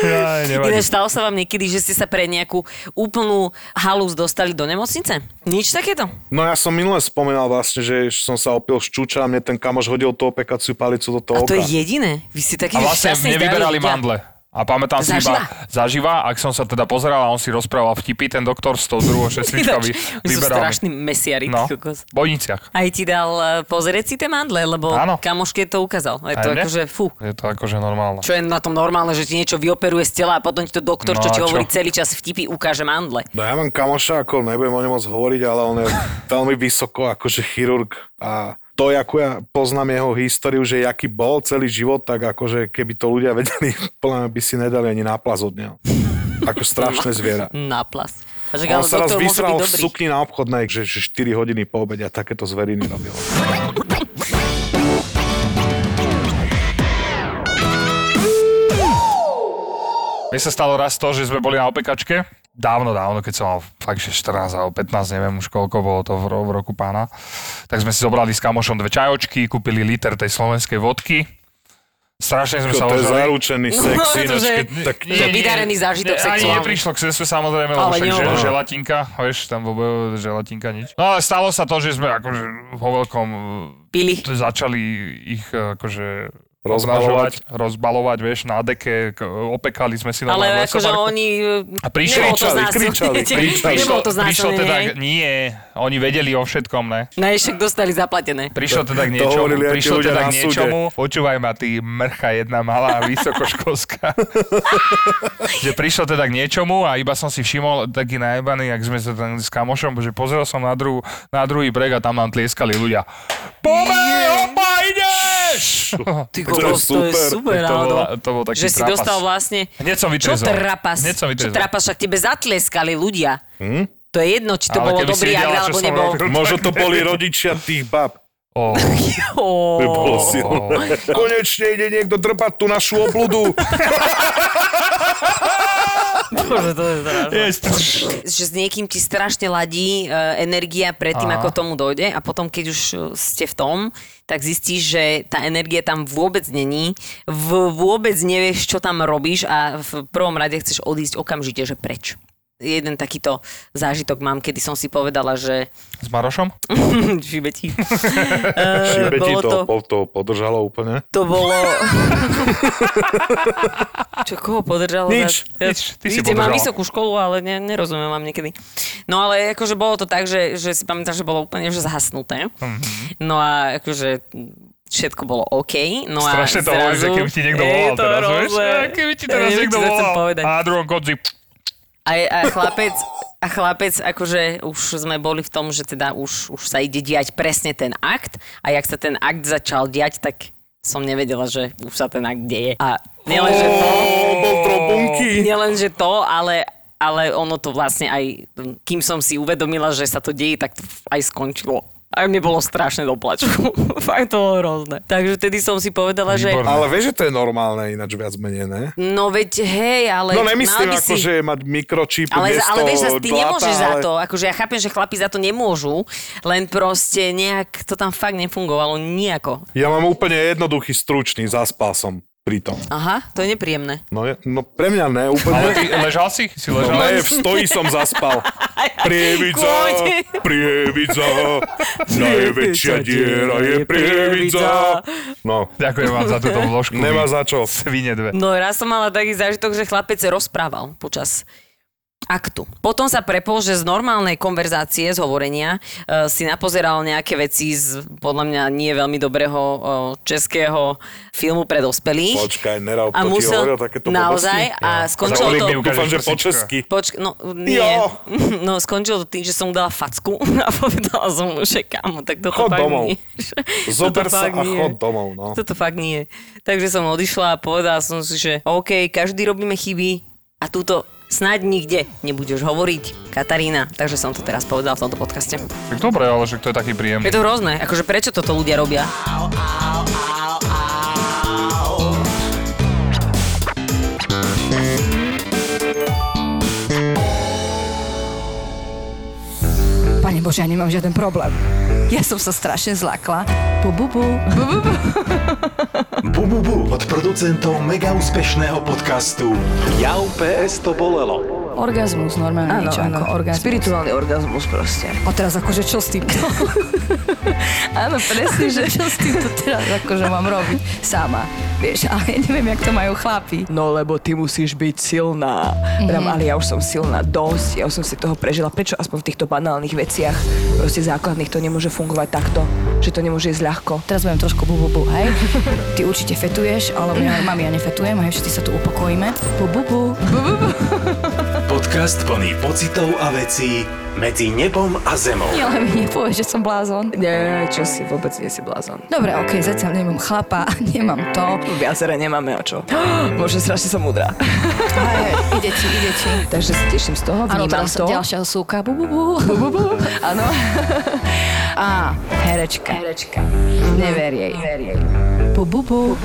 [SPEAKER 2] Jaj, nevadí.
[SPEAKER 4] Ináč stalo sa vám niekedy, že ste sa pre nejakú úplnú halus dostali do nemocnice? Nič takéto?
[SPEAKER 3] No ja som minule spomenal vlastne, že som sa opil ščuča a mne ten kamoš hodil tú opekaciu palicu do toho
[SPEAKER 4] A to je
[SPEAKER 3] oka.
[SPEAKER 4] jediné. Vy ste
[SPEAKER 2] A
[SPEAKER 4] takí
[SPEAKER 2] vlastne
[SPEAKER 4] šťastní,
[SPEAKER 2] nevyberali
[SPEAKER 4] zdraví ľudia.
[SPEAKER 2] mandle. A pamätám si
[SPEAKER 4] Zaživa?
[SPEAKER 2] iba zaživa, ak som sa teda pozeral a on si rozprával vtipy, ten doktor s tou druhou šestričkou
[SPEAKER 4] (laughs) Ináč,
[SPEAKER 2] vy,
[SPEAKER 4] my sú
[SPEAKER 2] vyberal.
[SPEAKER 4] strašný mesiari.
[SPEAKER 2] No,
[SPEAKER 4] ty kokos.
[SPEAKER 2] v bojniciach.
[SPEAKER 4] Aj ti dal e, pozrieť si tie mandle, lebo
[SPEAKER 2] Áno.
[SPEAKER 4] kamoške to ukázal. Je
[SPEAKER 2] Aj
[SPEAKER 4] to
[SPEAKER 2] mne?
[SPEAKER 4] akože fú.
[SPEAKER 2] Je to akože normálne.
[SPEAKER 4] Čo je na tom normálne, že ti niečo vyoperuje z tela a potom ti to doktor,
[SPEAKER 2] No a
[SPEAKER 4] čo ti
[SPEAKER 2] čo?
[SPEAKER 4] hovorí celý čas vtipy, ukáže mandle.
[SPEAKER 3] No ja mám kamoša, ako nebudem o ňom moc hovoriť, ale on je
[SPEAKER 4] (laughs)
[SPEAKER 3] veľmi vysoko, akože chirurg. A to, ako ja poznám jeho históriu, že jaký bol celý život, tak akože keby to ľudia vedeli, (laughs) plne by si nedali ani náplaz od neho. Ako strašné zviera.
[SPEAKER 4] Naplas. A že
[SPEAKER 3] On
[SPEAKER 4] ale
[SPEAKER 3] sa raz
[SPEAKER 4] doktor môže byť
[SPEAKER 3] vysral v
[SPEAKER 4] dobrý.
[SPEAKER 3] sukni na obchodnej, že, že 4 hodiny po obede a takéto zveriny robil.
[SPEAKER 2] Mne sa stalo raz to, že sme boli na opekačke, dávno, dávno, keď som mal fakt, že 14 alebo 15, neviem už koľko bolo to v, ro- v roku pána, tak sme si zobrali s kamošom dve čajočky, kúpili liter tej slovenskej vodky. Strašne sme sa
[SPEAKER 3] To je
[SPEAKER 2] ožali.
[SPEAKER 3] zaručený
[SPEAKER 4] No,
[SPEAKER 3] sex,
[SPEAKER 4] to,
[SPEAKER 3] ináč,
[SPEAKER 4] že-
[SPEAKER 3] keď, tak
[SPEAKER 4] To je vydarený zážitok
[SPEAKER 2] ne,
[SPEAKER 4] sexuálny.
[SPEAKER 2] Ani neprišlo k sexu samozrejme, lebo
[SPEAKER 4] Ale
[SPEAKER 2] však že,
[SPEAKER 4] nehovorím.
[SPEAKER 2] želatinka, vieš, tam vôbec želatinka nič. No ale stalo sa to, že sme akože vo veľkom e,
[SPEAKER 4] Pili.
[SPEAKER 2] t- začali ich akože
[SPEAKER 3] Rozbalovať.
[SPEAKER 2] obnažovať, rozbalovať, vieš, na deke, k- opekali sme si normálne v
[SPEAKER 4] Ale akože
[SPEAKER 2] lesobarku.
[SPEAKER 4] oni...
[SPEAKER 2] A prišli,
[SPEAKER 4] nebolo to
[SPEAKER 3] kričali,
[SPEAKER 4] znásilnenie. (laughs)
[SPEAKER 3] kričali, kričali.
[SPEAKER 4] Nebolo to
[SPEAKER 2] prišlo
[SPEAKER 4] znásilnenie,
[SPEAKER 2] teda,
[SPEAKER 4] hej?
[SPEAKER 2] k- nie, oni vedeli o všetkom, ne?
[SPEAKER 4] No je však dostali zaplatené.
[SPEAKER 2] Prišlo teda k
[SPEAKER 3] To
[SPEAKER 2] niečomu,
[SPEAKER 3] hovorili aj tí
[SPEAKER 2] prišlo
[SPEAKER 3] ľudia
[SPEAKER 2] teda
[SPEAKER 3] na
[SPEAKER 2] k niečomu, počúvaj ma ty mrcha jedna
[SPEAKER 3] (laughs)
[SPEAKER 2] malá vysokoškolská, že prišlo teda k niečomu a iba som si všimol taký najebaný, ak sme sa tam s kamošom, že pozrel som na, druhú, na druhý breh a tam nám tlieskali ľudia. Pomeň, opa, ideš!
[SPEAKER 4] Ty
[SPEAKER 3] to je
[SPEAKER 4] kokos, to je
[SPEAKER 3] super.
[SPEAKER 4] super,
[SPEAKER 2] to,
[SPEAKER 4] áno.
[SPEAKER 2] bola, to bol taký
[SPEAKER 4] Že si
[SPEAKER 2] trapas.
[SPEAKER 4] dostal vlastne...
[SPEAKER 2] Hneď som
[SPEAKER 4] Čo
[SPEAKER 2] vytrezol.
[SPEAKER 4] trapas?
[SPEAKER 2] Hneď som
[SPEAKER 4] Čo
[SPEAKER 2] vytrezol.
[SPEAKER 4] trapas? Však tebe zatleskali ľudia. To je jedno, či to
[SPEAKER 2] Hm? Ale
[SPEAKER 4] bolo
[SPEAKER 2] keby si
[SPEAKER 4] dobrý
[SPEAKER 2] vedela,
[SPEAKER 4] agr,
[SPEAKER 2] čo
[SPEAKER 4] alebo
[SPEAKER 2] som
[SPEAKER 4] nebol.
[SPEAKER 2] robil.
[SPEAKER 3] Možno to boli rodičia tých bab.
[SPEAKER 2] Oh,
[SPEAKER 3] To
[SPEAKER 4] (laughs) Ó, (laughs)
[SPEAKER 3] bolo silné. Konečne ide niekto drbať tú našu obludu.
[SPEAKER 4] bože, to je strašné. Že s niekým ti strašne ladí e, energia pred tým,
[SPEAKER 2] Aha.
[SPEAKER 4] ako tomu dojde a potom, keď už e, ste v tom, tak zistíš, že tá energia tam vôbec není, v, vôbec nevieš, čo tam robíš a v prvom rade chceš odísť okamžite, že preč. Jeden takýto zážitok mám, kedy som si povedala, že
[SPEAKER 2] S Marošom? (laughs)
[SPEAKER 4] Žibetí.
[SPEAKER 2] Eh,
[SPEAKER 3] Šibe ti
[SPEAKER 4] bolo
[SPEAKER 3] to,
[SPEAKER 4] to-
[SPEAKER 3] to... to podržalo úplne.
[SPEAKER 4] To bolo... Čo, koho podržalo?
[SPEAKER 3] Nič,
[SPEAKER 4] Ja-
[SPEAKER 2] nič, ty si
[SPEAKER 4] Vidíte, mám
[SPEAKER 2] podržala.
[SPEAKER 4] vysokú školu, ale ne, nerozumiem vám niekedy. No ale akože bolo to tak, že, že si pamätám, že bolo úplne že zhasnuté.
[SPEAKER 2] Mhm.
[SPEAKER 4] No a akože všetko bolo OK. No a
[SPEAKER 2] Strašne to hovoríš, že
[SPEAKER 4] zrazu-
[SPEAKER 2] keby ti niekto
[SPEAKER 4] Je
[SPEAKER 2] volal
[SPEAKER 4] to
[SPEAKER 2] teraz, vieš?
[SPEAKER 4] hrozné.
[SPEAKER 2] Ja, Keby ti teraz
[SPEAKER 4] Neviem,
[SPEAKER 2] niekto
[SPEAKER 4] čo chcem
[SPEAKER 2] volal.
[SPEAKER 4] povedať.
[SPEAKER 2] A na druhom konci...
[SPEAKER 4] A, a chlapec, a chlapec, akože už sme boli v tom, že teda už, už sa ide diať presne ten akt a jak sa ten akt začal diať, tak som nevedela, že už sa ten akt deje. A nielen, že to,
[SPEAKER 3] bol trobunky.
[SPEAKER 4] nielen, že to ale, ale ono to vlastne aj, kým som si uvedomila, že sa to deje, tak to aj skončilo. A mne bolo strašne doplaču. (laughs) Fakt to bolo hrozné. Takže vtedy som si povedala, že...
[SPEAKER 2] Výborné.
[SPEAKER 3] Oh. Ale vieš, že to je normálne ináč viac menej, ne?
[SPEAKER 4] No veď hej, ale...
[SPEAKER 3] No
[SPEAKER 4] mal
[SPEAKER 3] nemyslím
[SPEAKER 4] by
[SPEAKER 3] ako,
[SPEAKER 4] si...
[SPEAKER 3] že mať mikročip
[SPEAKER 4] Ale,
[SPEAKER 3] miesto
[SPEAKER 4] ale vieš, zas ty
[SPEAKER 3] dlata,
[SPEAKER 4] nemôžeš za
[SPEAKER 3] ale-
[SPEAKER 4] to. Akože ja chápem, že chlapi za to nemôžu, len proste nejak to tam fakt nefungovalo nejako.
[SPEAKER 3] Ja mám úplne jednoduchý stručný, zaspal som. pri tom.
[SPEAKER 4] Aha, to je nepríjemné.
[SPEAKER 3] No, je, no pre mňa ne, úplne.
[SPEAKER 2] Ale ty ležal si? Si
[SPEAKER 3] No,
[SPEAKER 2] ležal?
[SPEAKER 3] ne, v stoji som (laughs) zaspal. Prievidza,
[SPEAKER 4] Kľudne.
[SPEAKER 3] (laughs) prievidza, najväčšia diera je prievidza. No,
[SPEAKER 2] Ďakujem vám za túto vložku.
[SPEAKER 3] nemá za čo.
[SPEAKER 2] Svine dve.
[SPEAKER 4] (laughs) No raz som mala taký zážitok, že chlapec sa rozprával počas aktu. Potom sa prepol, že z normálnej konverzácie, z hovorenia, e, si napozeral nejaké veci z podľa mňa nie veľmi dobrého e, českého filmu pre dospelých.
[SPEAKER 3] Počkaj, nerob, to ti hovoril takéto
[SPEAKER 4] naozaj
[SPEAKER 3] blbosti?
[SPEAKER 4] a skončilo
[SPEAKER 2] Zavolím
[SPEAKER 4] to...
[SPEAKER 2] mi ju,
[SPEAKER 3] Dúfam,
[SPEAKER 2] Ukážeš
[SPEAKER 3] že po
[SPEAKER 2] prsička.
[SPEAKER 3] česky.
[SPEAKER 4] Počk- no, nie.
[SPEAKER 3] Jo.
[SPEAKER 4] (laughs) No, skončilo to tým, že som mu dala facku (laughs) a povedala som mu, že kámo, tak to
[SPEAKER 3] Chod
[SPEAKER 4] fakt
[SPEAKER 3] domov.
[SPEAKER 4] nie.
[SPEAKER 3] Zober
[SPEAKER 4] (laughs) Toto
[SPEAKER 3] sa
[SPEAKER 4] fakt
[SPEAKER 3] a
[SPEAKER 4] nie.
[SPEAKER 3] chod domov, no.
[SPEAKER 4] Toto fakt nie. Takže som odišla a povedala som si, že OK, každý robíme chyby a túto snáď nikde nebudeš hovoriť, Katarína. Takže som to teraz povedala v tomto podcaste.
[SPEAKER 2] Tak dobre, ale že to je taký príjemný.
[SPEAKER 4] Je to hrozné, akože prečo toto ľudia robia?
[SPEAKER 1] Pane Bože, ja nemám žiaden problém. Ja som sa strašne zlakla. Bu, bu, bu.
[SPEAKER 6] Bububu od producentov mega úspešného podcastu Jau PS to bolelo.
[SPEAKER 1] Orgazmus, normálne áno, niečo áno. ako orgazmus.
[SPEAKER 7] Spirituálny orgazmus proste.
[SPEAKER 1] A teraz akože čo (laughs) s týmto? áno, presne, že čo s týmto teraz akože mám robiť sama. Vieš, ale ja neviem, jak to majú chlapi.
[SPEAKER 7] No lebo ty musíš byť silná. Mm-hmm. Ale ja už som silná dosť, ja už som si toho prežila. Prečo aspoň v týchto banálnych veciach, proste základných, to nemôže fungovať takto? Že to nemôže ísť ľahko?
[SPEAKER 1] Teraz budem trošku bu, bu, bu, hej. (laughs) Ty určite fetuješ, alebo ja, mami, ja nefetujem, hej, všetci sa tu upokojíme. Bu, bu, bu.
[SPEAKER 6] Podcast plný pocitov a vecí medzi nebom a zemou.
[SPEAKER 1] Nie, ale mi nepovieš, že som blázon.
[SPEAKER 7] Nie, čo si, vôbec nie si blázon.
[SPEAKER 1] Dobre, okej, zatiaľ nemám chlapa, (laughs) nemám to.
[SPEAKER 7] Viacere nemáme o čo. (gasps) Bože, strašne som múdra.
[SPEAKER 1] Hej, ide ti, ide ti.
[SPEAKER 7] Takže sa teším z toho,
[SPEAKER 1] Áno,
[SPEAKER 7] vnímam
[SPEAKER 1] teraz
[SPEAKER 7] to.
[SPEAKER 1] ďalšia súka. Bu, bu, bu. (laughs)
[SPEAKER 7] Áno.
[SPEAKER 1] Á, herečka. Herečka. Never jej. Bu, bu, bu.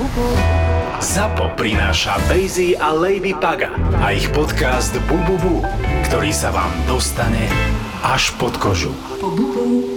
[SPEAKER 6] ZAPO prináša Bejzy a Lady Paga a ich podcast Bububu, ktorý sa vám dostane až pod kožu.
[SPEAKER 1] Bu, bu, bu.